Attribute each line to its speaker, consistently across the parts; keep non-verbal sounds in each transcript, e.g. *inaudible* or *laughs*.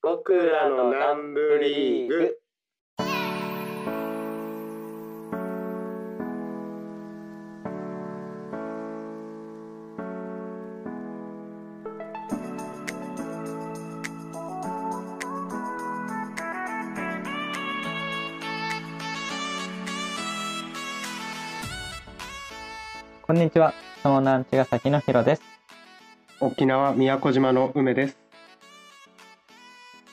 Speaker 1: 僕らの南部リーグ。
Speaker 2: こんにちは。湘南茅ヶ崎のヒロです。
Speaker 3: 沖縄宮古島の梅です。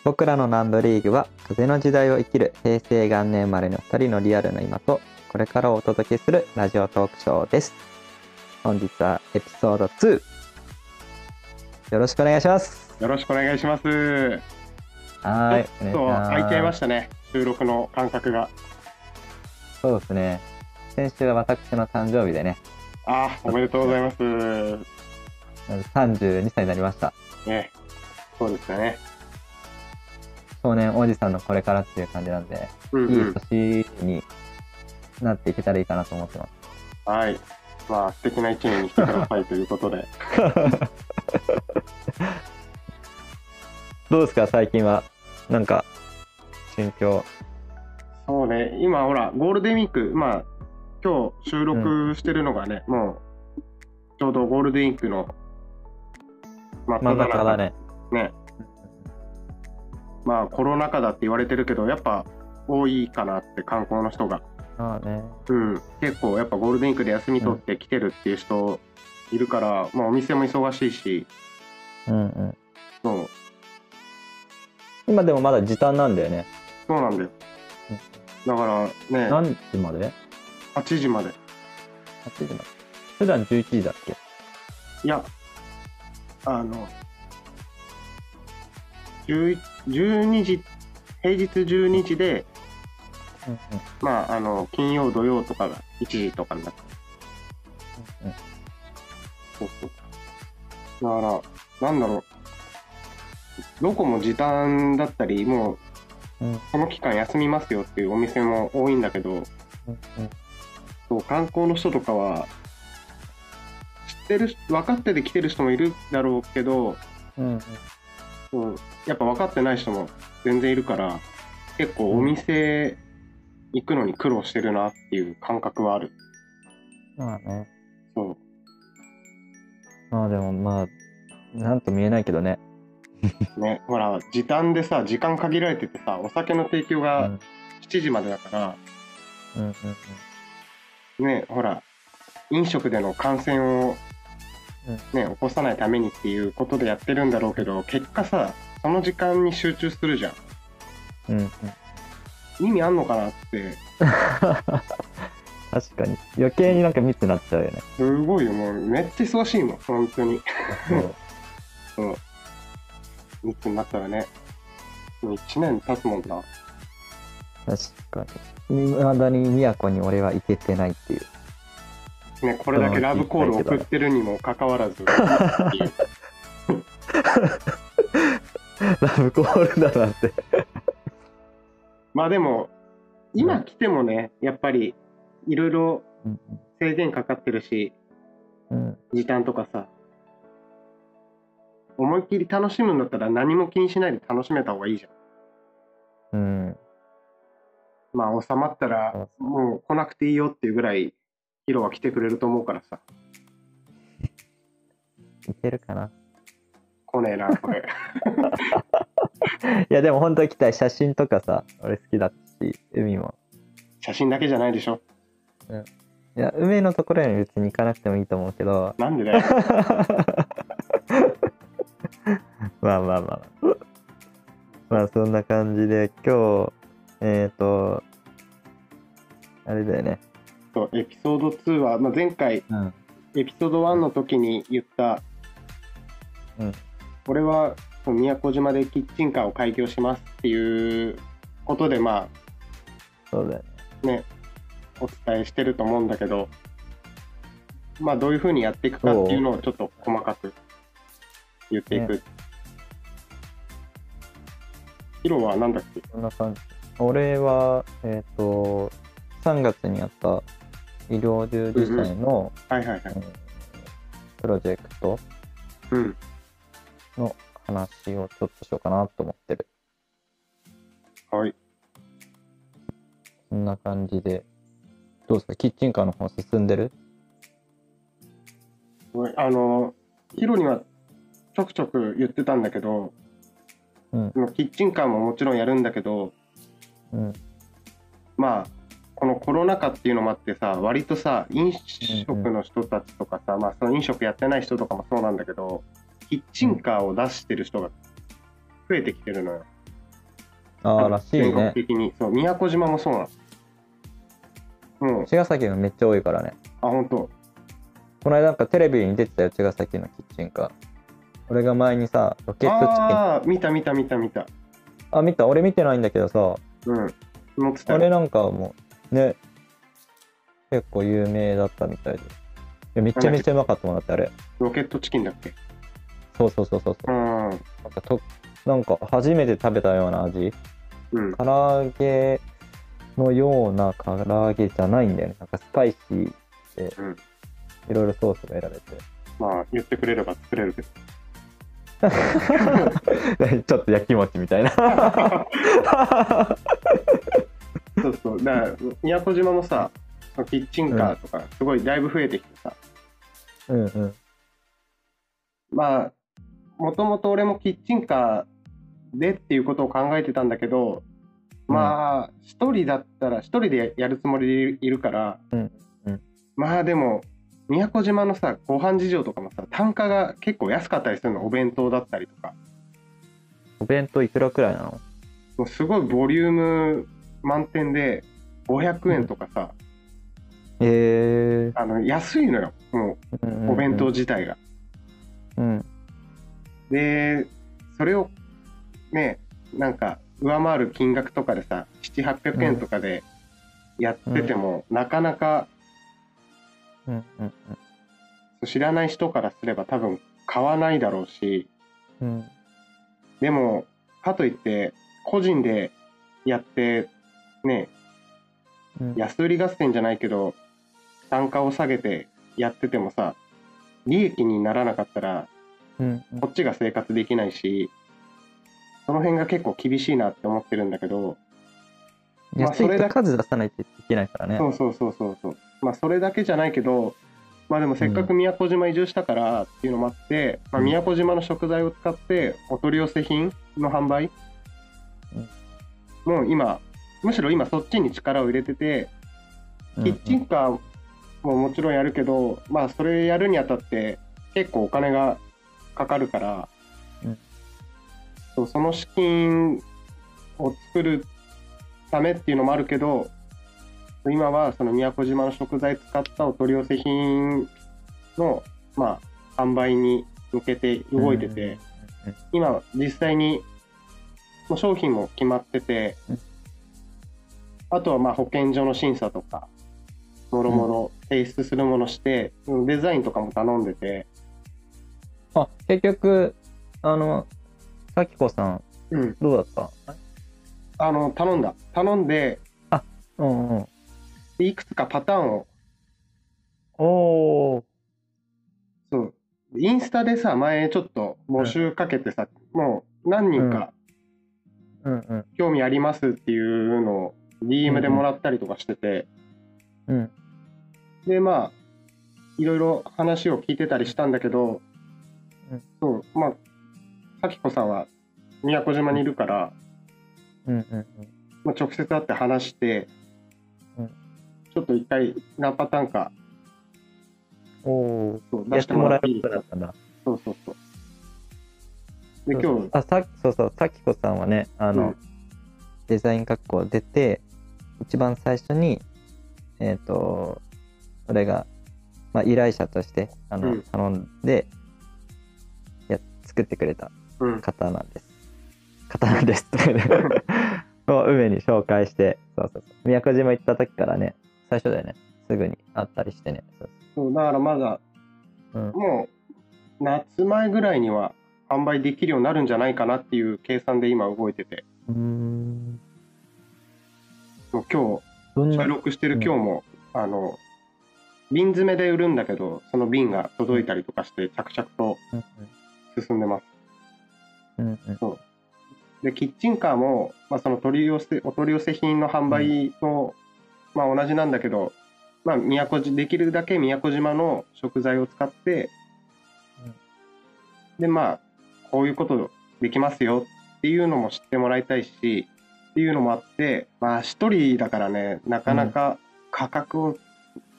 Speaker 2: 僕らのランドリーグは風の時代を生きる平成元年生まれの2人のリアルな今とこれからをお届けするラジオトークショーです。本日はエピソード2。よろしくお願いします。
Speaker 3: よろしくお願いします。
Speaker 2: はーい。
Speaker 3: ちょっと空いちゃいま
Speaker 2: し
Speaker 3: したね。収録の間隔が。
Speaker 2: た。そうですね。先週は私の誕生日でね、
Speaker 3: あー、おめでとうございます。
Speaker 2: 32歳になりました。
Speaker 3: ね、そうですね。
Speaker 2: 少年おじさんのこれからっていう感じなんで、
Speaker 3: うん
Speaker 2: い
Speaker 3: うん。
Speaker 2: い年になっていけたらいいかなと思ってます。
Speaker 3: はい。まあ素敵な一年にしてくださいということ *laughs* で。
Speaker 2: *laughs* どうですか最近はなんか心境
Speaker 3: そうね。今ほらゴールデンウィーク、まあ今日収録してるのがね、もうちょうどゴールデンウィークのまあ
Speaker 2: 真ん中だね
Speaker 3: ね。まあコロナ禍だって言われてるけど、やっぱ多いかなって観光の人が。
Speaker 2: まあね
Speaker 3: うん、結構やっぱゴールデンウィークで休み取って来てるっていう人いるから、まあ、お店も忙しいし
Speaker 2: うんうん
Speaker 3: そう
Speaker 2: 今でもまだ時短なんだよね
Speaker 3: そうなんだよだからね
Speaker 2: 何時まで
Speaker 3: 8時まで
Speaker 2: ?8 時まで普段11時だっけ
Speaker 3: いやあの11 12時平日12時で
Speaker 2: うんうん
Speaker 3: まああの金曜土曜とかが1時とかになって
Speaker 2: うん
Speaker 3: そうそうだからなんだろうどこも時短だったりもう
Speaker 2: うんうん
Speaker 3: この期間休みますよっていうお店も多いんだけど、そう観光の人とかは、知ってる、分かってて来てる人もいるだろうけど、
Speaker 2: うんうん
Speaker 3: そうやっぱ分かってない人も全然いるから、結構お店行くのに苦労してるなっていう感覚はある。
Speaker 2: まあね
Speaker 3: そう。
Speaker 2: まあでもまあなんと見えないけどね
Speaker 3: ね、ほら、時短でさ、時間限られててさ、お酒の提供
Speaker 2: うん
Speaker 3: が7時までだから、
Speaker 2: うんうん
Speaker 3: ね、ほら、飲食での感染を
Speaker 2: うん、
Speaker 3: ね、起こさないためにっていうことでやってるんだろうけど、結果さ、その時間に集中するじゃ
Speaker 2: うんうんうん *laughs*
Speaker 3: ん。意味あんのかなって、
Speaker 2: 確かに余計になんか密になっちゃうよね
Speaker 3: すごいよ、もうめっちゃ忙しいもん、本当に。
Speaker 2: そう
Speaker 3: いつになったらね、もう1年経つもんな。
Speaker 2: 確かに未だに宮古に俺は行けてないっていう
Speaker 3: ね、これだけラブコールを送ってるにもかかわら
Speaker 2: *laughs*
Speaker 3: ず、っていう
Speaker 2: *laughs* ラブコールだなんて
Speaker 3: まあでも、今来てもね、やっぱり、いろいろ
Speaker 2: うん
Speaker 3: 制限かかってるし、
Speaker 2: うん
Speaker 3: 時短とかさ思いっきり楽しむんだったら何も気にしないで楽しめた方がいいじゃん
Speaker 2: うん
Speaker 3: まあ収まったらもう来なくていいよっていうぐらいヒロは来てくれると思うからさ
Speaker 2: いけるかな
Speaker 3: 来ねえな
Speaker 2: *laughs*
Speaker 3: これ
Speaker 2: いやでも本当に来たい写真とかさ俺好きだし海も
Speaker 3: 写真だけじゃないでしょ
Speaker 2: いや海のところに別に行かなくてもいいと思うけ *laughs* ど
Speaker 3: なんでだよ
Speaker 2: まあまあまあまあそんな感じで今日えっ、ー、とあれだよね
Speaker 3: そうエピソード2は、まあ、前回
Speaker 2: うん
Speaker 3: エピソード1の時に言った、
Speaker 2: うん
Speaker 3: 俺はそう宮古島でキッチンカーを開業しますっていうことでま
Speaker 2: そうだよね
Speaker 3: あねお伝えしてると思うんだけどまあどういうふうにやっていくかっていうのをちょっと細かく言っていく。ヒロはなんだっけ
Speaker 2: そんな感じ俺はえっ、と3月にやった医療従事者への、
Speaker 3: はいはいはい。
Speaker 2: えープロジェクト
Speaker 3: うん。
Speaker 2: の話をちょっとしようかなと思ってる
Speaker 3: はい。
Speaker 2: そんな感じで、どうですかキッチンカーの方進んでる
Speaker 3: あの、ヒロにはちょくちょく言ってたんだけど、
Speaker 2: うん
Speaker 3: そのキッチンカーももちろんやるんだけど、
Speaker 2: うん。
Speaker 3: まあ、このコロナ禍っていうのもあってさ、割とさ、飲食の人たちとかさ、まあ、その飲食やってない人とかもそうなんだけど、キッチンカーを出してる人が増えてきてるのよ。
Speaker 2: ああ、らしい
Speaker 3: 全国
Speaker 2: ね。
Speaker 3: 的に。そう、宮古島もそうなの。もう、
Speaker 2: 茅ヶ崎がめっちゃ多いからね。
Speaker 3: あ、本当
Speaker 2: この間なんかテレビに出てたよ、茅ヶ崎のキッチンカー。俺が前にさ、ロケットチキン。あ
Speaker 3: ああ、見た見た見た見た。
Speaker 2: 見た俺見てないんだけどさ、
Speaker 3: うん。乗ってた
Speaker 2: あ
Speaker 3: よ
Speaker 2: れなんかもう、ね、結構有名だったみたいで。いやめちゃめちゃうまかったもんだって、あれ。
Speaker 3: ロケットチキンだっけ
Speaker 2: そうそうそうそうそう
Speaker 3: う。ん。うん。
Speaker 2: なんかとなんか初めて食べたような味。唐揚げのような唐揚げじゃないんだよね。なんかスパイシーで
Speaker 3: うん、
Speaker 2: いろいろソースが得られ
Speaker 3: *laughs* まあ、言ってくれれば作れるけど。
Speaker 2: て。ちょっと焼き餅みたいな。
Speaker 3: *laughs* そうそう。だから、宮古島もさ、キッチンカーとか、すごいだいぶ増えてきてさ、
Speaker 2: うんうん。
Speaker 3: まあ、もともと俺もキッチンカーでっていうことを考えてたんだけど、まあ、一人だったら、一人でやるつもりでいるから、
Speaker 2: うんうん
Speaker 3: まあでも、宮古島のさ、ご飯事情とかもさ、単価が結構安かったりするの、お弁当だったりとか、
Speaker 2: お弁当いくらくらいなの
Speaker 3: もうすごいボリューム満点で、500円とかさ、
Speaker 2: え
Speaker 3: あの安いのよ、も
Speaker 2: えー。
Speaker 3: うお弁当自体が。
Speaker 2: うん。
Speaker 3: でそれをねなんか上回る金額とかでさ700800円とかでやってても、なかなか
Speaker 2: うんうん
Speaker 3: 知らない人からすれば多分買わないだろうし
Speaker 2: うん。
Speaker 3: でもかといって個人でやってね
Speaker 2: うん。
Speaker 3: 安売り合戦じゃないけど単価を下げてやっててもさ利益にならなかったら
Speaker 2: うん
Speaker 3: こっちが生活できないしその辺が結構厳しいなって思ってるんだけど
Speaker 2: うん。
Speaker 3: まあ
Speaker 2: 安い
Speaker 3: それ
Speaker 2: と
Speaker 3: だ
Speaker 2: 数出さないといけないからね
Speaker 3: そ。うそうそうそうそう。まあそれだけじゃないけど、まあでもせっかく宮古島移住したからっていうのもあって、まあ宮古島の食材を使ってお取り寄せ品の販売、もう今むしろ今そっちに力を入れてて、
Speaker 2: うん
Speaker 3: キッチンカーももちろんやるけど、まあそれやるにあたって結構お金がかかるから、
Speaker 2: うん
Speaker 3: そうその資金を作るためっていうのもあるけど、今はその宮古島の食材使ったお取り寄せ品の、まあ、販売に向けて動いてて、今実際にもう商品も決まってて、
Speaker 2: うん
Speaker 3: あとはまあ保健所の審査とかもろもろ提出するものして、デザインとかも頼んでて、
Speaker 2: あ、結局、あの、咲子さん、
Speaker 3: うん、
Speaker 2: どうだった
Speaker 3: あの頼んだ頼んで
Speaker 2: うんうん。
Speaker 3: でいくつかパターンを
Speaker 2: おー。
Speaker 3: そう。インスタでさ、前ちょっと募集かけてさ、もう何人か
Speaker 2: うんうん。
Speaker 3: 興味ありますっていうのを DM でもらったりとかしてて、
Speaker 2: うん。
Speaker 3: で、まあ、いろいろ話を聞いてたりしたんだけど、
Speaker 2: うん
Speaker 3: そう、まあ、咲子さんは宮古島にいるから、
Speaker 2: うんうん
Speaker 3: まあ、直接会って話して、
Speaker 2: うん
Speaker 3: ちょっと一回何パターンか
Speaker 2: うん。おー。
Speaker 3: そう
Speaker 2: や
Speaker 3: 出
Speaker 2: っ
Speaker 3: してて
Speaker 2: も
Speaker 3: も
Speaker 2: ら
Speaker 3: ら
Speaker 2: え
Speaker 3: ってい
Speaker 2: るこ
Speaker 3: い
Speaker 2: とだったんだ。
Speaker 3: そうそうそう。で、今日、
Speaker 2: あさそうそうさきこさんはねあ
Speaker 3: う
Speaker 2: の、
Speaker 3: ん
Speaker 2: デザイン学校出て一番最初にえっ、と俺が、まあ、依頼者としてあの、
Speaker 3: うん
Speaker 2: 頼んでいや作ってくれた
Speaker 3: うん、
Speaker 2: 方なんです方なんですを梅に紹介してそうそうそう宮古島行った時からね最初だよねすぐに会ったりしてねそう
Speaker 3: そうだからまだ
Speaker 2: そううん
Speaker 3: もう夏前ぐらいには販売できるようになるんじゃないかなっていう計算で今動いてて
Speaker 2: うーん
Speaker 3: もう今
Speaker 2: どん
Speaker 3: 日
Speaker 2: な
Speaker 3: 収録してる今日も、あの瓶詰めで売るんだけどその瓶が届いたりとかして着々と
Speaker 2: うん
Speaker 3: 進んでます
Speaker 2: うんうんうん
Speaker 3: でキッチンカーも、まあ、その取り寄せお取り寄せ品の販売と、まあ、同じなんだけど、まあ、宮古島できるだけ宮古島の食材を使って、
Speaker 2: うん
Speaker 3: でまあこういうことできますよっていうのも知ってもらいたいしっていうのもあってまあ一人だからねなかなか価格を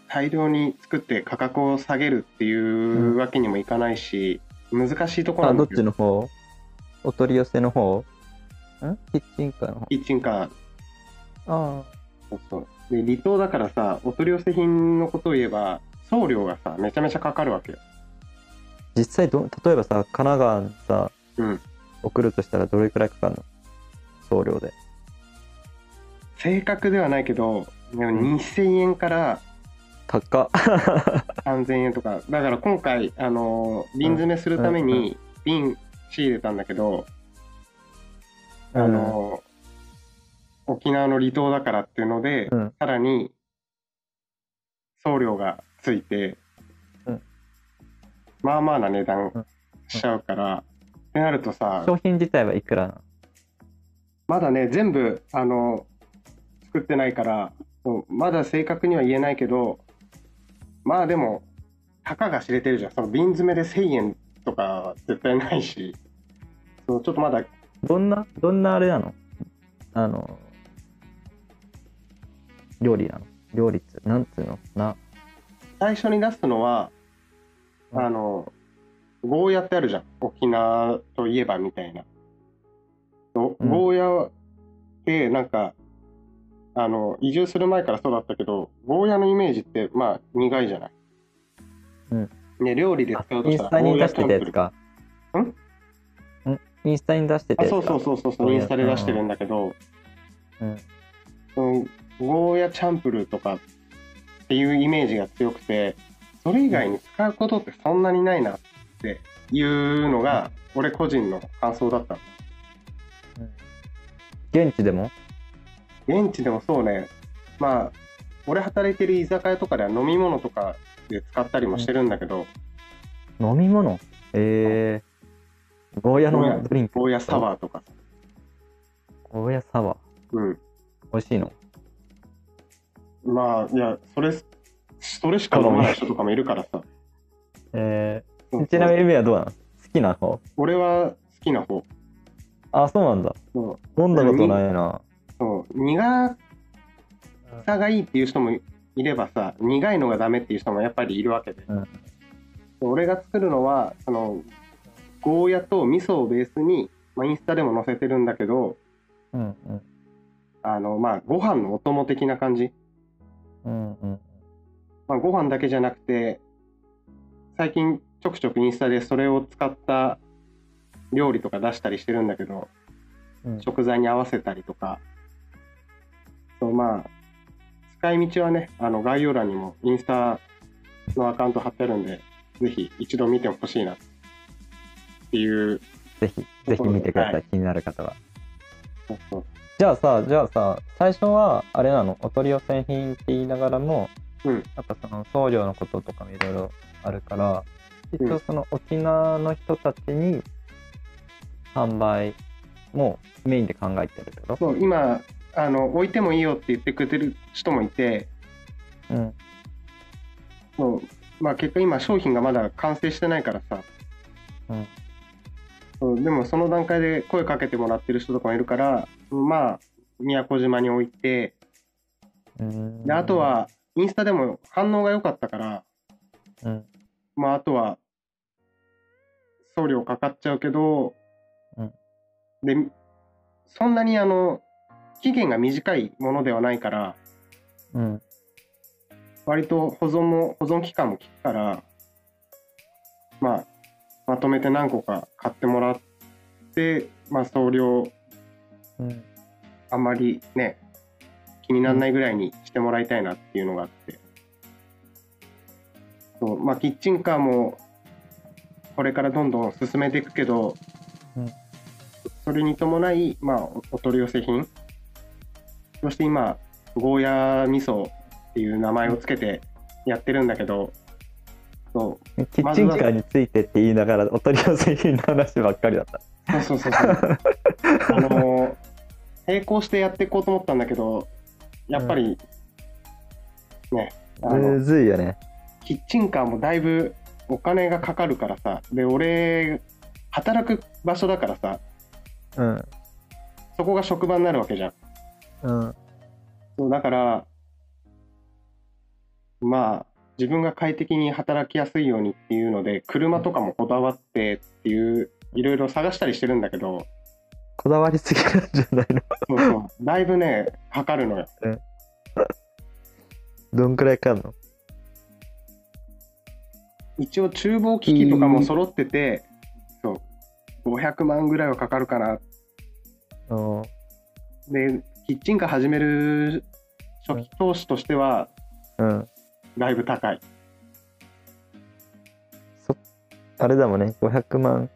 Speaker 3: 大量に作って価格を下げるっていうわけにもいかないし、難しいところ
Speaker 2: あ、
Speaker 3: なん
Speaker 2: ど
Speaker 3: だ
Speaker 2: っ
Speaker 3: け
Speaker 2: ち
Speaker 3: ど
Speaker 2: の方お取り寄せの方んキッチンカーの
Speaker 3: キッチンカー
Speaker 2: 方。あ
Speaker 3: そうそうで離島だからさお取り寄せ品のことを言えば送料がさめちゃめちゃかかるわけよ
Speaker 2: あ。実際ど、例えばさ、神奈川にさ、
Speaker 3: うん
Speaker 2: 送るとしたらどれくらいかかるの送料で。
Speaker 3: 正確ではないけどでも2000円から
Speaker 2: 高っ。
Speaker 3: 3000円とかだから今回あのー瓶詰めするため
Speaker 2: うん
Speaker 3: に瓶仕入れたんだけど、あのー沖縄の離島だからっていうので、
Speaker 2: うん
Speaker 3: さらに送料がついて、
Speaker 2: うん
Speaker 3: まあまあな値
Speaker 2: うん
Speaker 3: 段しちゃうから、ってなるとさ
Speaker 2: 商品自体はいくらなの
Speaker 3: まだね全部あの作ってないからそうまだ正確には言えないけどまあでもたかが知れてるじゃんその瓶詰めで1000円とかは絶対ないしそうちょっとまだ
Speaker 2: どんな、どんなあれなのあの、料理なの料理っつ、なんつうのな。
Speaker 3: 最初に出すのはあのゴーヤってあるじゃん沖縄といえばみたいなゴ
Speaker 2: うん
Speaker 3: ゴーヤってなんか、あの移住する前からそうだったけどゴーヤのイメージってまあ苦いじゃない、
Speaker 2: うん
Speaker 3: ね、料理で使うと
Speaker 2: イン
Speaker 3: した
Speaker 2: ス
Speaker 3: ら
Speaker 2: タ
Speaker 3: ゴ
Speaker 2: に
Speaker 3: ー
Speaker 2: 出
Speaker 3: ヤ
Speaker 2: してたやつか。んインスタに出してた
Speaker 3: あ
Speaker 2: やつか。
Speaker 3: そうそうそうそうそ
Speaker 2: ゴ
Speaker 3: うイ
Speaker 2: ーヤ
Speaker 3: ンスタで出してるんだけど、
Speaker 2: うん
Speaker 3: そのゴーヤチャンプルーとかっていうイメージが強くてそれ以外に使うことってそんなにないなっていうのが俺個人の感想だった
Speaker 2: 現地でも
Speaker 3: の現地でもそうねまあ俺働いてる居酒屋とかでは飲み物とかで使ったりもしてるんだけど、
Speaker 2: 飲み物えー、ゴーヤ
Speaker 3: ゴーヤ
Speaker 2: のドリンク。
Speaker 3: ゴーヤサワーとか
Speaker 2: ゴーヤサワー。
Speaker 3: うん
Speaker 2: 美味しいの
Speaker 3: まあいやそれそれしか飲まない人とかもいるからさ
Speaker 2: え
Speaker 3: そう
Speaker 2: ー、ちなみに海はどうなの好きな方
Speaker 3: 俺は好きな方
Speaker 2: あ、そうなんだ。
Speaker 3: そう
Speaker 2: 飲んだことないな。
Speaker 3: そう苦さがいいっていう人もいればさ苦いのがダメっていう人もやっぱりいるわけで、
Speaker 2: うん
Speaker 3: 俺が作るのはそのゴーヤと味噌をベースに、まあ、インスタでも載せてるんだけど
Speaker 2: うんうん。
Speaker 3: あのまあご飯のお供的な感じ、
Speaker 2: うんうん。
Speaker 3: まあ、ご飯だけじゃなくて最近ちょくちょくインスタでそれを使った料理とか出したりしてるんだけど
Speaker 2: うん
Speaker 3: 食材に合わせたりとかそうまあ使い道はねあの概要欄にもインスタのアカウント貼ってあるんでぜひ一度見てほしいなっていう
Speaker 2: ぜひ、ぜひ見てくださ。
Speaker 3: はい
Speaker 2: 気になる方は。
Speaker 3: そうそう
Speaker 2: じゃあさ、じゃあさ、最初はあれなの、お取り寄せ品って言いながらも、
Speaker 3: うん
Speaker 2: なんかその送料のこととかもいろいろあるから、一
Speaker 3: う
Speaker 2: 応
Speaker 3: ん
Speaker 2: その沖縄の人たちに販売もメインで考えてるけど、
Speaker 3: そう今あの置いてもいいよって言ってくれてる人もいて
Speaker 2: うん、
Speaker 3: そう、まあ、結果今商品がまだ完成してないからさ
Speaker 2: うん、
Speaker 3: そうでもその段階で声かけてもらってる人とかもいるからまあ宮古島に置いて
Speaker 2: うん。
Speaker 3: であと、はインスタでも反応が良かったから
Speaker 2: うん、
Speaker 3: まあ、あとは、送料かかっちゃうけど、
Speaker 2: うん
Speaker 3: で、そんなにあの、期限が短いものではないから、
Speaker 2: うん、
Speaker 3: 割と保存も、保存期間も効くから、まあ、まとめて何個か買ってもらって、まあ、送料
Speaker 2: うん。
Speaker 3: あんまりね、気にならないぐらいにしてもらいたいなっていうのがあって。そうまあ、キッチンカーもこれからどんどん進めていくけど、
Speaker 2: うん
Speaker 3: それに伴い、まあ、おお取り寄せ品そして今ゴーヤー味噌っていう名前をつけてやってるんだけど、そう
Speaker 2: キッチンカーについてって言いながらお取り寄せ品の話ばっかりだった
Speaker 3: そうそうそうそう。あのー、並行してやっていこうと思ったんだけど、やっぱり、ね、あの
Speaker 2: む、ずいよね
Speaker 3: キッチンカーもだいぶお金がかかるからさ、で、俺、働く場所だからさ、
Speaker 2: うん
Speaker 3: そこが職場になるわけじゃん。
Speaker 2: うん
Speaker 3: そうだから、まあ、自分が快適に働きやすいようにっていうので、車とかもこだわってっていう、いろいろ探したりしてるんだけど、
Speaker 2: こだわりすぎなんじゃないの
Speaker 3: そうそう、だいぶね、かかるのよ。
Speaker 2: どんくらいかかんの
Speaker 3: 一応厨房機器とかも揃ってて、そう500万ぐらいはかかるかな
Speaker 2: うん
Speaker 3: でキッチンカー始める初期投資としては
Speaker 2: うん
Speaker 3: だいぶ高い
Speaker 2: そあれだもんね500万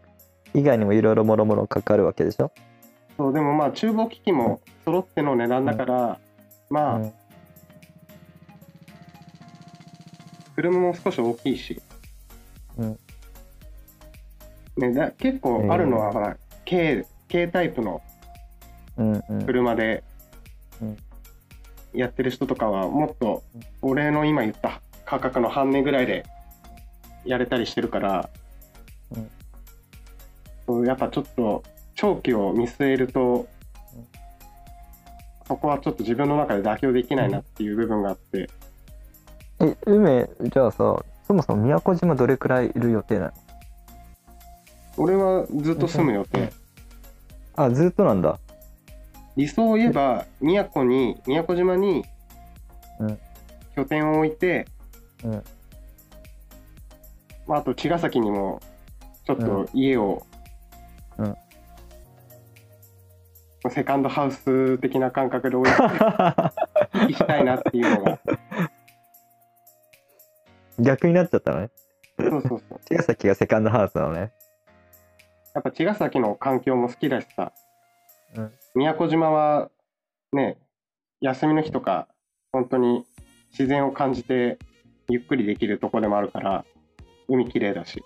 Speaker 2: 以外にもいろいろもろもろかかるわけでしょ、
Speaker 3: そうでもまあ厨房機器も揃っての値段だから、
Speaker 2: う
Speaker 3: まあ
Speaker 2: ん、
Speaker 3: 車も少し大きいし、
Speaker 2: うん
Speaker 3: ね、だ結構あるのはほら、K, K タイプの
Speaker 2: うんうん
Speaker 3: 車で
Speaker 2: うん
Speaker 3: やってる人とかはもっと俺の今言った価格の半値ぐらいでやれたりしてるから
Speaker 2: うん、
Speaker 3: そうやっぱちょっと長期を見据えると
Speaker 2: うん
Speaker 3: そこはちょっと自分の中で妥協できないなっていう部分があって
Speaker 2: え梅じゃあさそもそも宮古島どれくらいいる予定なの
Speaker 3: 俺はずっと住む予定
Speaker 2: あずっとなんだ
Speaker 3: 理想を言えば宮古に宮古島に
Speaker 2: うん
Speaker 3: 拠点を置いて、
Speaker 2: うん
Speaker 3: まあ、あと茅ヶ崎にもちょっ
Speaker 2: うん
Speaker 3: と家を、
Speaker 2: うん
Speaker 3: まあセカンドハウス的な感覚で置いて行きたいなっていうの
Speaker 2: *laughs*
Speaker 3: が
Speaker 2: *laughs* 逆になっちゃったのね
Speaker 3: そうそうそう
Speaker 2: 茅ヶ崎がセカンドハウスなのね
Speaker 3: やっぱ茅ヶ崎の環境も好きだしさ、
Speaker 2: うん
Speaker 3: 宮古島はね休みの日とか本当に自然を感じてゆっくりできるとこでもあるから海綺麗だし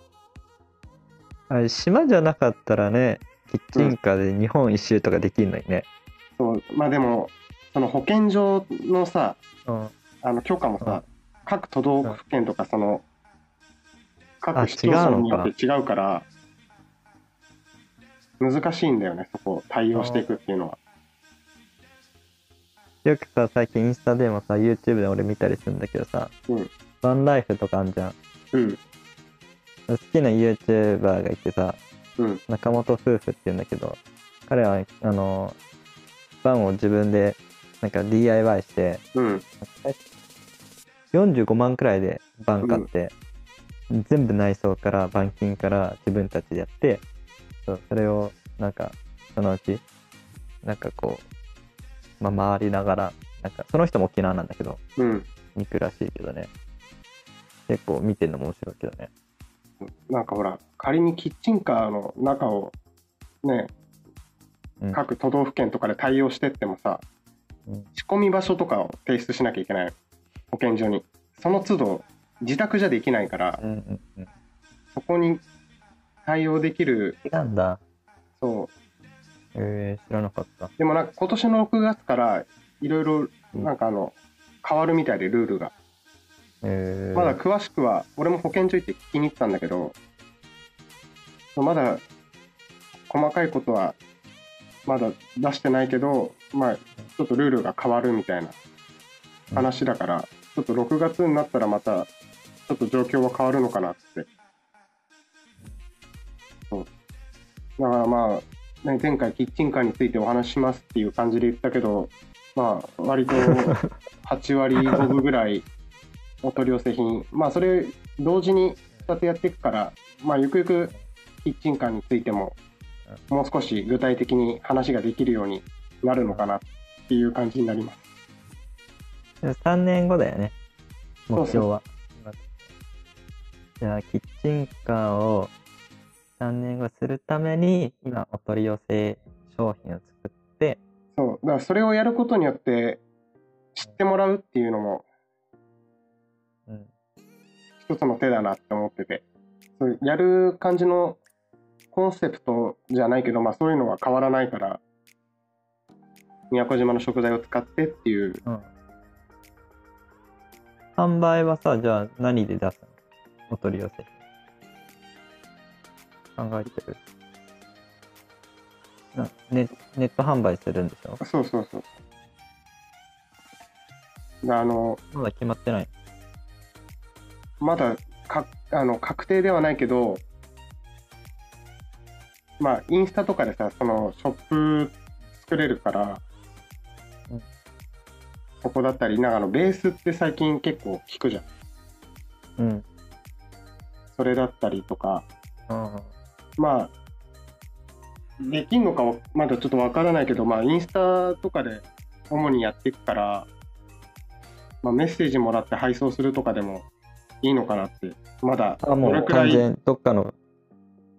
Speaker 2: あれ島じゃなかったらねキッチンカーで日本一周とかできんのにね、
Speaker 3: そうまあでもその保健所のさ
Speaker 2: うん
Speaker 3: あの許可もさ、各都道府県とかその
Speaker 2: あ
Speaker 3: 各市町村
Speaker 2: 違うのか
Speaker 3: によって違うから難しいんだよねそこを対応していくっていうのは
Speaker 2: よくさ最近インスタでもさ YouTube で俺見たりするんだけどさ、
Speaker 3: うん
Speaker 2: バンライフとかあんじゃん
Speaker 3: うん
Speaker 2: 好きな YouTuber がいてさ
Speaker 3: うん
Speaker 2: 中本夫婦って言うんだけど彼はあのバンを自分でなんか DIY して
Speaker 3: うん
Speaker 2: 45万くらいでバン買って、全部内装から板金から自分たちでやってそうそれをなんかそのうちなんかこう、まあ、回りながらなんかその人も沖縄なんだけど
Speaker 3: うん
Speaker 2: にくらしいけどね結構見てんのも面白いけどね
Speaker 3: なんかほら仮にキッチンカーの中をね、
Speaker 2: うん
Speaker 3: 各都道府県とかで対応してってもさ、
Speaker 2: うん
Speaker 3: 仕込み場所とかを提出しなきゃいけない保健所にその都度自宅じゃできないから、
Speaker 2: うんうんうん
Speaker 3: そこに対応できる
Speaker 2: なんだ
Speaker 3: そ
Speaker 2: えー、知らなかった
Speaker 3: うでもなんか今年の6月からいろいろなんかあの、変わるみたいでルールが、
Speaker 2: えー、
Speaker 3: まだ詳しくは俺も保健所行って聞きに行ったんだけどまだ細かいことはまだ出してないけどまあちょっとルールが変わるみたいな話だから、ちょっと6月になったらまたちょっと状況は変わるのかなってそうだからまあ、ね、前回キッチンカーについてお話ししますっていう感じで言ったけどまあ割と8割5分ぐらいお取り寄せ品まあそれ同時に2つやっていくからまあゆくゆくキッチンカーについてももう少し具体的に話ができるようになるのかなっていう感じになります
Speaker 2: 3年後だよね
Speaker 3: そう
Speaker 2: 目標はじゃあキッチンカーを3年後するために今お取り寄せ商品を作って
Speaker 3: そうだからそれをやることによって知ってもらうっていうのも
Speaker 2: うん
Speaker 3: 一一つの手だなって思っててそうやる感じのコンセプトじゃないけど、まあ、そういうのは変わらないから宮古島の食材を使ってっていう
Speaker 2: 販売はさ、じゃあ何で出すのお取り寄せ。考えてる。なネネット販売するんでしょ
Speaker 3: そうそうそうであの
Speaker 2: まだ決まってない。
Speaker 3: まだかあの確定ではないけどまあインスタとかでさそのショップ作れるから、
Speaker 2: うん
Speaker 3: そこだったりなんかあのベースって最近結構聞くじゃん
Speaker 2: うん。
Speaker 3: それだったりとか
Speaker 2: あ
Speaker 3: まあできんのかはまだちょっとわからないけどまあインスタとかで主にやっていくから、まあ、メッセージもらって配送するとかでもいいのかなってまだ
Speaker 2: あ、も
Speaker 3: どれ
Speaker 2: う
Speaker 3: くら
Speaker 2: 完
Speaker 3: い
Speaker 2: 全どっかの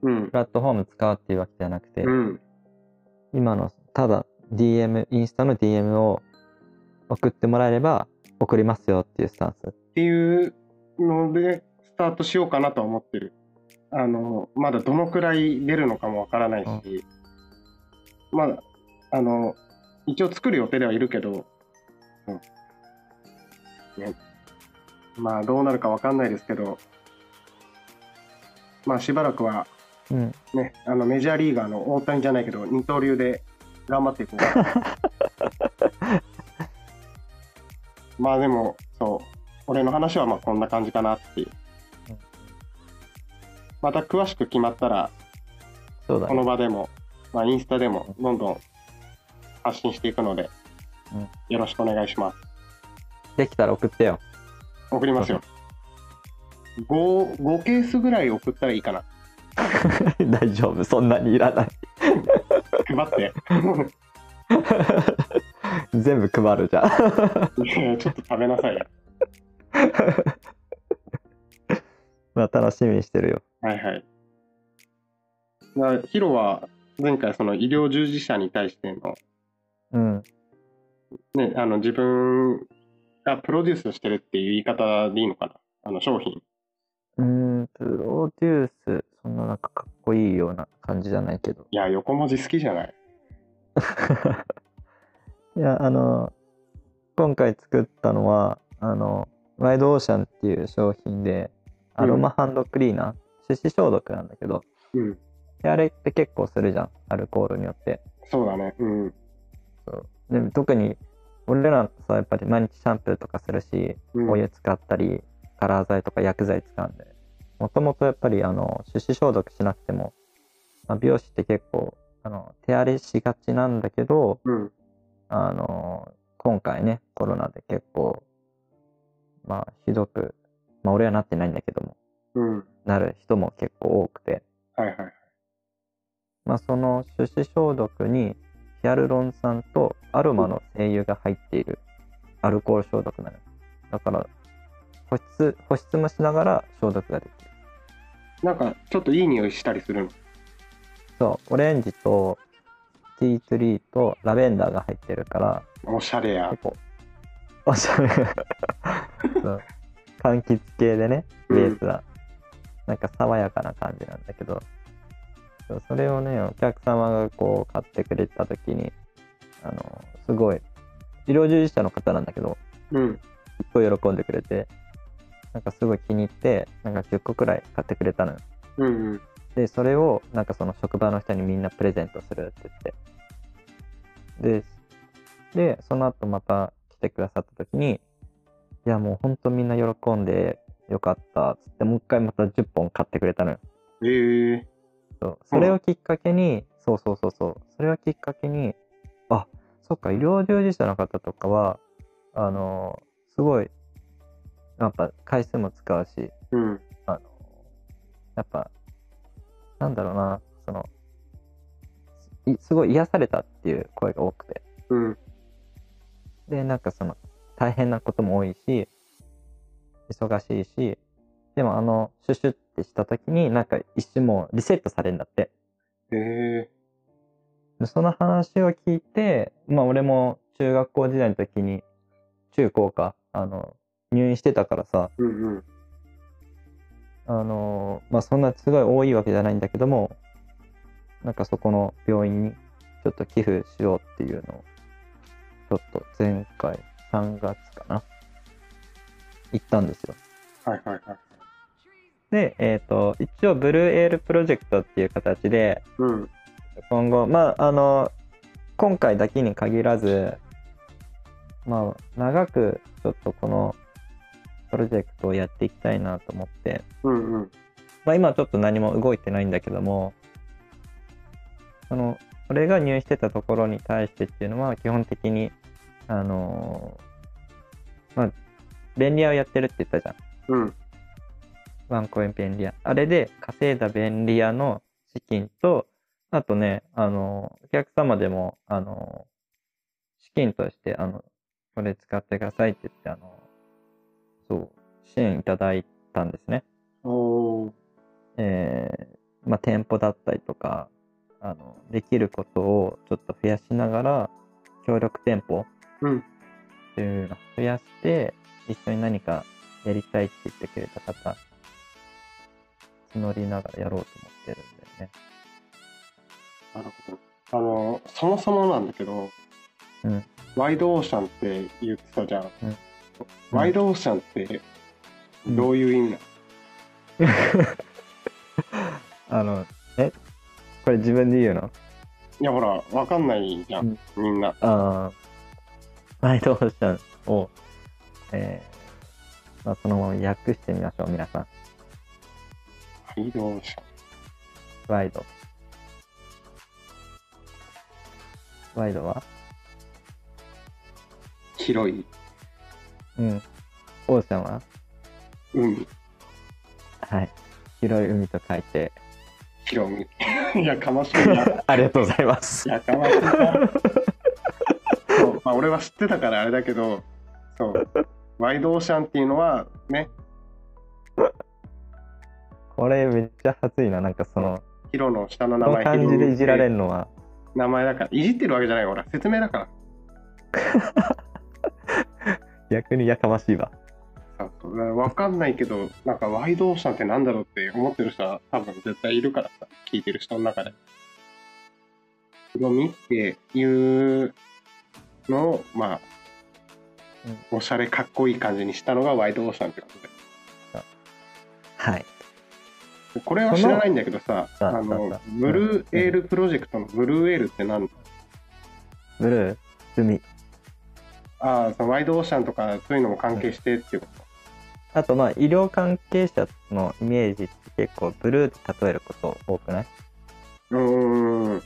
Speaker 3: うん
Speaker 2: プラットフォーム使うっていうわけじゃなくて、
Speaker 3: うん
Speaker 2: 今のただ DM、インスタの DM を送ってもらえれば送りますよっていうスタンス。
Speaker 3: っていうのでスタートしようかなとは思ってるあのまだどのくらい出るのかもわからないし、まだあの一応作る予定ではいるけど、うんね、まあどうなるかわかんないですけどまあしばらくは
Speaker 2: うん。
Speaker 3: ねあのメジャーリーガーの大谷じゃないけど二刀流で頑張っていこう
Speaker 2: *laughs*
Speaker 3: かなまあでもそう俺の話はまあこんな感じかなっていうまた詳しく決まったら
Speaker 2: そうだ
Speaker 3: こ
Speaker 2: ね
Speaker 3: の。場でも、まあ、インスタでもどんどん発信していくので、
Speaker 2: うん
Speaker 3: よろしくお願いします
Speaker 2: できたら送ってよ。 *laughs*
Speaker 3: 送りますよ 5, 5ケースぐらい送ったらいいかな
Speaker 2: 大丈夫。そんなにいら *laughs* ない。
Speaker 3: 配って *laughs*
Speaker 2: 全部配るじゃん。 *laughs*
Speaker 3: いやちょっと食べなさいよ
Speaker 2: まあ楽しみにしてるよ。
Speaker 3: はいはい。だヒロは前回その医療従事者に対しての,、
Speaker 2: うん。
Speaker 3: ね、あの自分がプロデュースしてるっていう言い方でいいのかなあの商品。
Speaker 2: うーん、プロデュース、そんななんかかっこいいような感じじゃないけど。
Speaker 3: いや横文字好きじゃない。
Speaker 2: いや、あの、今回作ったのは、あの、ワイドオーシャンっていう商品で、アロマハンドクリーナー、手指消毒なんだけど、
Speaker 3: うん
Speaker 2: であれって結構するじゃん、アルコールによって。
Speaker 3: そうだね。うん。
Speaker 2: で特に、俺らさ、やっぱり毎日シャンプーとかするし、
Speaker 3: うん、
Speaker 2: お湯使ったりカラー剤とか薬剤使うんでもともとやっぱりあの手指消毒しなくても、まあ、美容師って結構あの手荒れしがちなんだけど
Speaker 3: うん。
Speaker 2: あの今回ねコロナで結構まあひどくまあ俺はなってないんだけども
Speaker 3: うん。
Speaker 2: なる人も結構多くて
Speaker 3: はいはい。
Speaker 2: まあその手指消毒にヒアルロン酸とアロマの精油が入っているアルコール消毒なのよだから保湿保湿もしながら消毒ができる
Speaker 3: なんかちょっといい匂いしたりするの。
Speaker 2: そうオレンジとティートリーとラベンダーが入ってるから
Speaker 3: おしゃれや
Speaker 2: 結。構おしゃれそう柑橘系でねベースは、なんか爽やかな感じなんだけどそうそれをねお客様がこう買ってくれた時にあのすごい医療従事者の方なんだけど
Speaker 3: うん。
Speaker 2: すっごい喜んでくれてなんかすごい気に入ってなんか10個くらい買ってくれたのよ
Speaker 3: うんうん。
Speaker 2: でそれをなんかその職場の人にみんなプレゼントするって言ってででその後また来てくださった時にいやもうほんとみんな喜んでよかったっつってもう一回また10本買ってくれたのよ
Speaker 3: えー、
Speaker 2: そうそれをきっかけに、そうそうそうそうそれをきっかけにあそっか医療従事者の方とかはあのすごいやっぱ回数も使うし
Speaker 3: うん。
Speaker 2: あの、やっぱ、なんだろうな、その、いすごい癒されたっていう声が多くて。
Speaker 3: うん。
Speaker 2: で、なんかその、大変なことも多いし、忙しいし、でもあの、シュシュってした時に、なんか一瞬もうリセットされるんだって。
Speaker 3: え
Speaker 2: でその話を聞いて、まあ俺も中学校時代の時に、中高か、あの、入院してたからさ、
Speaker 3: ー、うんうん。
Speaker 2: あのまあ、そんなすごい多いわけじゃないんだけども、なんかそこの病院にちょっと寄付しようっていうのを、ちょっと前回3月かな、行ったんですよ。
Speaker 3: はいはいはい。
Speaker 2: で、えっ、と、一応ブルーエールプロジェクトっていう形で、
Speaker 3: うん。
Speaker 2: 今後、まあ、あの、今回だけに限らず、まあ、長くちょっとこのプロジェクトをやっていきたいなと思って、
Speaker 3: うんうん。
Speaker 2: まあ、今はちょっと何も動いてないんだけども、その、俺が入院してたところに対してっていうのは、基本的に、あのまあ、便利屋をやってるって言ったじゃん。
Speaker 3: うん。
Speaker 2: ワンコイン便利屋。あれで稼いだ便利屋の資金と、あとね、あの、お客様でも、あの、資金として、あの、これ使ってくださいって言って、あの、そう、支援いただいたんですね。
Speaker 3: おー。
Speaker 2: えーまあ、店舗だったりとかあのできることをちょっと増やしながら協力店舗
Speaker 3: うん
Speaker 2: っていうのを増やして一緒に何かやりたいって言ってくれた方募りながらやろうと思ってるんだよね。
Speaker 3: なるほど。あの、そもそもなんだけど、
Speaker 2: うん
Speaker 3: ワイドオーシャンって言ってたじゃん。
Speaker 2: うん
Speaker 3: ワイドオーシャンって
Speaker 2: うん
Speaker 3: どういう意味なの、
Speaker 2: あのえこれ自分で言うの
Speaker 3: いやほら、わかんないじゃん、みんな。
Speaker 2: ああ、ワイドオーシャンを、えーまあ、そのまま訳してみましょう皆さん。
Speaker 3: ワイドオーシャン。
Speaker 2: ワイド。ワイドは
Speaker 3: 広い
Speaker 2: うん。オーシャンは
Speaker 3: 海、
Speaker 2: はい。広い海と書いて。
Speaker 3: 広 *laughs* い。いや、かま
Speaker 2: *laughs*
Speaker 3: しいな。
Speaker 2: ありがとうございま
Speaker 3: い
Speaker 2: す。
Speaker 3: や、かましいな。そう、まあ、俺は知ってたからあれだけど、そう。ワイドオーシャンっていうのは、ね、
Speaker 2: これめっちゃ恥ずいな。なんかその、
Speaker 3: ヒロの下の名
Speaker 2: この
Speaker 3: 前、
Speaker 2: 感じでいじられ
Speaker 3: る
Speaker 2: るのは。
Speaker 3: 名前だから、いじってるわけじゃないよほら、説明だから。
Speaker 2: 逆にやかましいわ。
Speaker 3: あとわかんないけど、なんかワイドオーシャンってなんだろうって思ってる人は多分絶対いるからさ、聞いてる人の中で。黒みっていうのを、まあ、おしゃれかっこいい感じにしたのがワイドオーシャンってこと
Speaker 2: はい。
Speaker 3: で。これは知らないんだけどさ、あ
Speaker 2: そのそうそ
Speaker 3: の
Speaker 2: う、
Speaker 3: ブルーエールプロジェクトのブルーエールってなん
Speaker 2: ブルー、海。
Speaker 3: ああ、そのワイドオーシャンとかそういうのも関係してっていうこと。
Speaker 2: あとまあ医療関係者のイメージって結構ブルーで例えること多くないう
Speaker 3: ーん。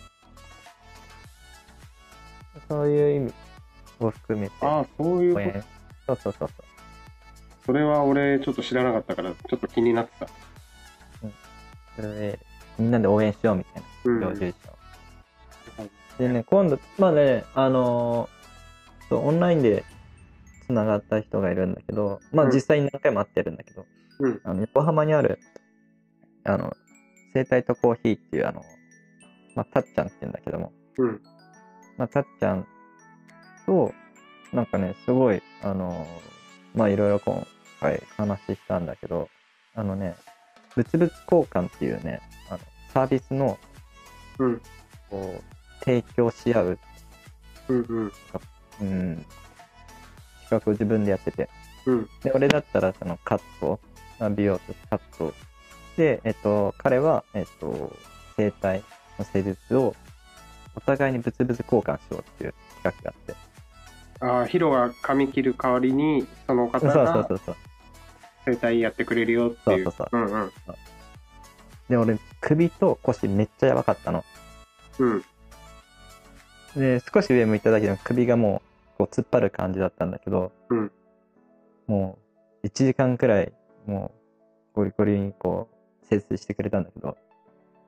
Speaker 2: そういう意味を含めて。
Speaker 3: ああ、そういう
Speaker 2: 応
Speaker 3: こと。
Speaker 2: 援そうそうそうそう。
Speaker 3: それは俺ちょっと知らなかったから、ちょっと気になってた。
Speaker 2: それでみんなで応援しようみたいな。
Speaker 3: うん。
Speaker 2: 領収書
Speaker 3: はい
Speaker 2: でね、今度、まあね、あのーそうオンラインでつながった人がいるんだけど、まあ
Speaker 3: うん
Speaker 2: 実際に何回も会ってるんだけど、
Speaker 3: うん
Speaker 2: あの横浜にある、あの、生態とコーヒーっていう、あの、まあ、たっちゃんって言うんだけども、
Speaker 3: うん。
Speaker 2: まあ、たっちゃんと、なんかね、すごい、あのーまあいろいろ今回話したんだけど、あのね、物々交換っていうね、あのサービスの
Speaker 3: うん。
Speaker 2: こう提供し合う、
Speaker 3: うんうん
Speaker 2: うん、企画を自分でやってて
Speaker 3: うん
Speaker 2: で俺だったらそのカットまあ美容とカットで、えっと、彼は、えっと、生体の施術をお互いに物々交換しようっていう企画が
Speaker 3: あ
Speaker 2: あって
Speaker 3: あヒロが髪切る代わりにその方
Speaker 2: そうそう
Speaker 3: が
Speaker 2: そうそう
Speaker 3: 整体やってくれるよっていう
Speaker 2: そうそう
Speaker 3: うんうん
Speaker 2: で俺首と腰めっちゃやばかったの
Speaker 3: うん
Speaker 2: で少し上向いただけでも首がもうこう突っ張る感じだったんだけど、
Speaker 3: うん
Speaker 2: もう1時間くらいもうゴリゴリにこう施術してくれたんだけど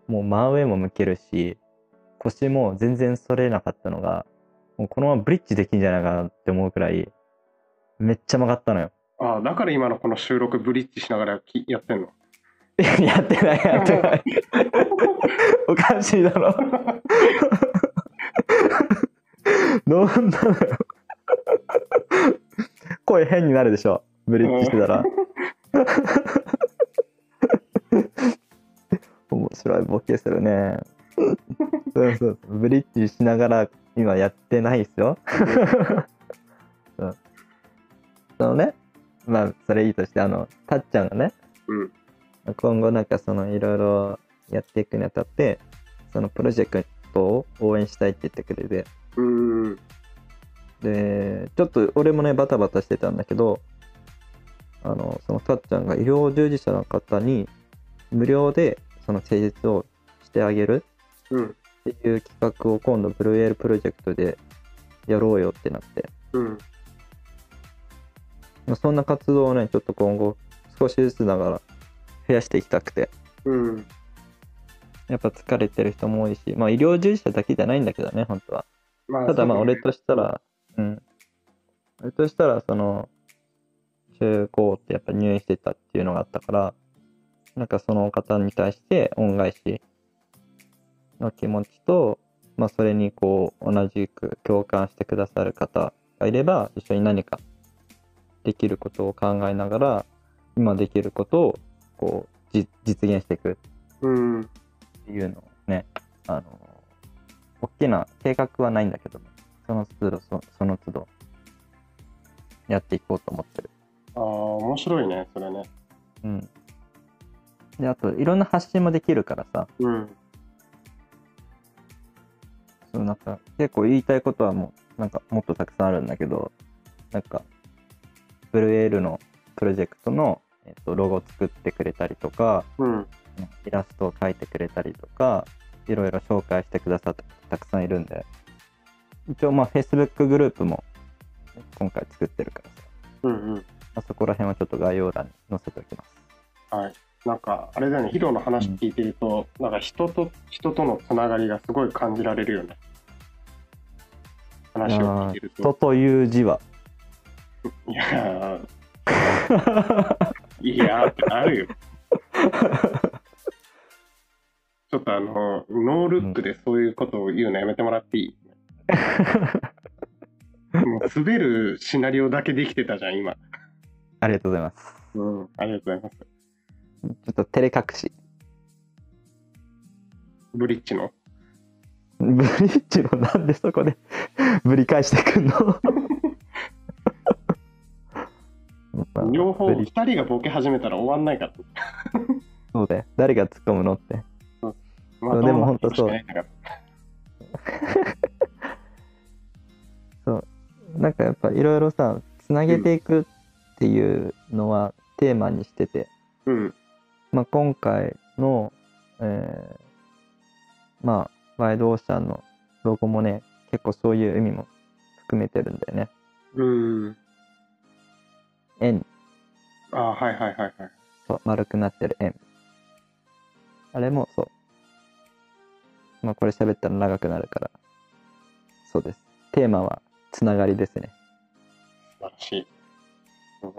Speaker 2: もう真上も向けるし腰も全然反れなかったのがもうこのままブリッジできんじゃないかなって思うくらいめっちゃ曲がったのよ *laughs*
Speaker 3: ああだから今のこの収録ブリッジしながらきやってんの
Speaker 2: やってないやってない *laughs* おかしいだろどんなのよ *laughs* 声変になるでしょブリッジしてたらボケするねそうそうブリッジしながら今やってないですよそうそのねまあそれいいとしてあのたっちゃんがね
Speaker 3: うん。
Speaker 2: 今後なんかそのいろいろやっていくにあたってそのプロジェクトを応援したいって言ってくれて
Speaker 3: うん。
Speaker 2: でちょっと俺もねバタバタしてたんだけどあのそのたっちゃんが医療従事者の方に無料でその施術をしてあげる
Speaker 3: うん。
Speaker 2: っていう企画を今度ブルーエールプロジェクトでやろうよってなって
Speaker 3: うん。
Speaker 2: まあそんな活動をねちょっと今後少しずつながら増やしていきたくて
Speaker 3: うん。
Speaker 2: やっぱ疲れてる人も多いしまあ医療従事者だけじゃないんだけどね本当は
Speaker 3: まあ
Speaker 2: ただまあ
Speaker 3: そうね
Speaker 2: 俺としたら、うん。俺としたら、その、中高ってやっぱ入院してたっていうのがあったから、なんかその方に対して恩返しの気持ちと、まあそれにこう同じく共感してくださる方がいれば、一緒に何かできることを考えながら、今できることをこうじ実現していく
Speaker 3: うん。
Speaker 2: っていうのをね、あの、大きな計画はないんだけど、その都度そ、その都度、やっていこうと思ってる。
Speaker 3: ああ、面白いね、それね。
Speaker 2: うん。で、あと、いろんな発信もできるからさ、
Speaker 3: うん。
Speaker 2: そのなんか、結構言いたいことはもう、なんか、もっとたくさんあるんだけど、なんか、ブルーエールのプロジェクトの、えっと、ロゴ作ってくれたりとか、
Speaker 3: うん。
Speaker 2: イラストを描いてくれたりとかいろいろ紹介してくださった方たくさんいるんで一応まあ Facebook グループも今回作ってるからさ、
Speaker 3: うん。うん。
Speaker 2: まあ、そこら辺はちょっと概要欄に載せておきます
Speaker 3: はい。なんか、あれだよね、ヒロの話聞いてると、なんか人と人とのつながりがすごい感じられるよね。話を聞いてる
Speaker 2: 人
Speaker 3: と。
Speaker 2: という字は *laughs*
Speaker 3: いやー、いやーってなるよ。ちょっとあの、ノールックでそういうことを言うのやめてもらっていい、もう滑るシナリオだけできてたじゃん、今。
Speaker 2: ありがとうございます
Speaker 3: うん、ありがとうございます。
Speaker 2: ちょっと照れ隠し
Speaker 3: ブリッジの。
Speaker 2: ブリッジのなんでそこで *laughs* ぶり返してくんの
Speaker 3: *laughs* 両方、
Speaker 2: ブ
Speaker 3: 二
Speaker 2: リ
Speaker 3: 人がボケ始めたら終わんないから。
Speaker 2: そうだよ誰が突っ込むのって
Speaker 3: ま
Speaker 2: でも本当そう
Speaker 3: まともな人しかいないから
Speaker 2: なんかやっぱいろいろさつなげていくっていうのはテーマにしてて、
Speaker 3: うん。
Speaker 2: まあ、今回の、えーまあワイドオーシャンのロゴもね結構そういう意味も含めてるんだよね
Speaker 3: うん。
Speaker 2: 円
Speaker 3: ああ、はいはいはいはい。
Speaker 2: と丸くなってる円あれもそうまあこれ喋ったら長くなるからそうですテーマはつながりですね
Speaker 3: 素晴らしい。うん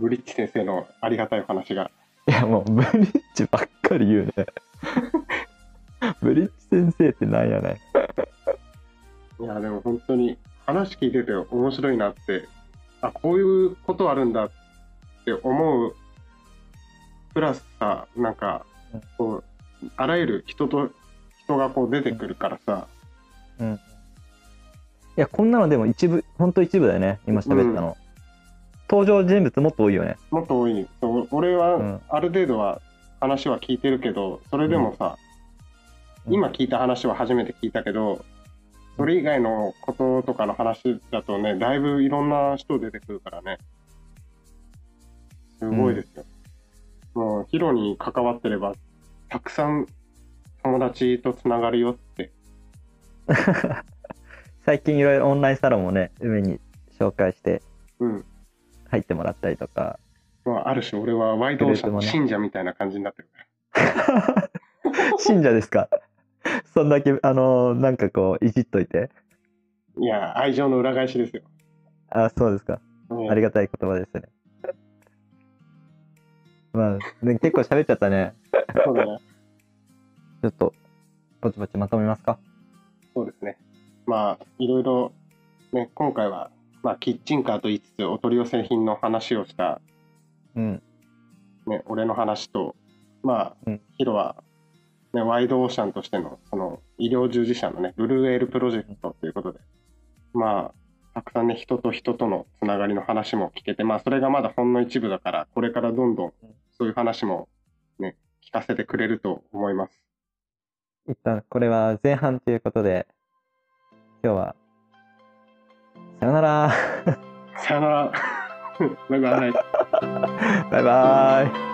Speaker 3: ブリッジ先生のありがたいお話が。
Speaker 2: いやもうブリッジばっかり言うねブリッジ先生ってなんやねん
Speaker 3: いや、でも本当に話聞いてて面白いなって、あ、こういうことあるんだって思う、プラスさ、なんか
Speaker 2: うん、
Speaker 3: こう、あらゆる人と人がこう出てくるからさ、
Speaker 2: いやこんなのでも一部ほんと一部だよね今喋ったの、登場人物もっと多いよね
Speaker 3: もっと多い。そう俺
Speaker 2: う
Speaker 3: は
Speaker 2: ん
Speaker 3: ある程度は話は聞いてるけど、それでもさ、今聞いた話は初めて聞いたけどそれ以外のこととかの話だとねだいぶいろんな人出てくるからねすごいですよ、もうヒロに関わってればたくさん友達とつながるよって
Speaker 2: 最近いろいろオンラインサロンもね梅に紹介して
Speaker 3: うん
Speaker 2: 入ってもらったりとか *laughs*
Speaker 3: まあ、ある種俺はワイドオーシャンの信者みたいな感じになってるから、
Speaker 2: 信者ですかそんだけあのーなんかこういじっといて
Speaker 3: いや愛情の裏返しですよ、
Speaker 2: あそうですか
Speaker 3: うん
Speaker 2: ありがたい言葉ですねまあ、ね、結構喋っちゃったね
Speaker 3: そうだね
Speaker 2: ちょっとぼちぼちまとめますか
Speaker 3: そうですねまあいろいろね今回は、まあ、キッチンカーと言いつつお取り寄せ品の話をした
Speaker 2: うん
Speaker 3: ね、俺の話と、まあ、
Speaker 2: うん
Speaker 3: ヒロはね、ワイドオーシャンとしての、その医療従事者のね、ブルーエールプロジェクトということで、まあ、たくさんね、人と人とのつながりの話も聞けて、まあ、それがまだほんの一部だから、これからどんどんそういう話もね、聞かせてくれると思います。
Speaker 2: 一旦これは前半ということで、今日は、さよなら
Speaker 3: *laughs*
Speaker 2: *laughs*
Speaker 3: さよなら。バイバイ。
Speaker 2: バイバーイ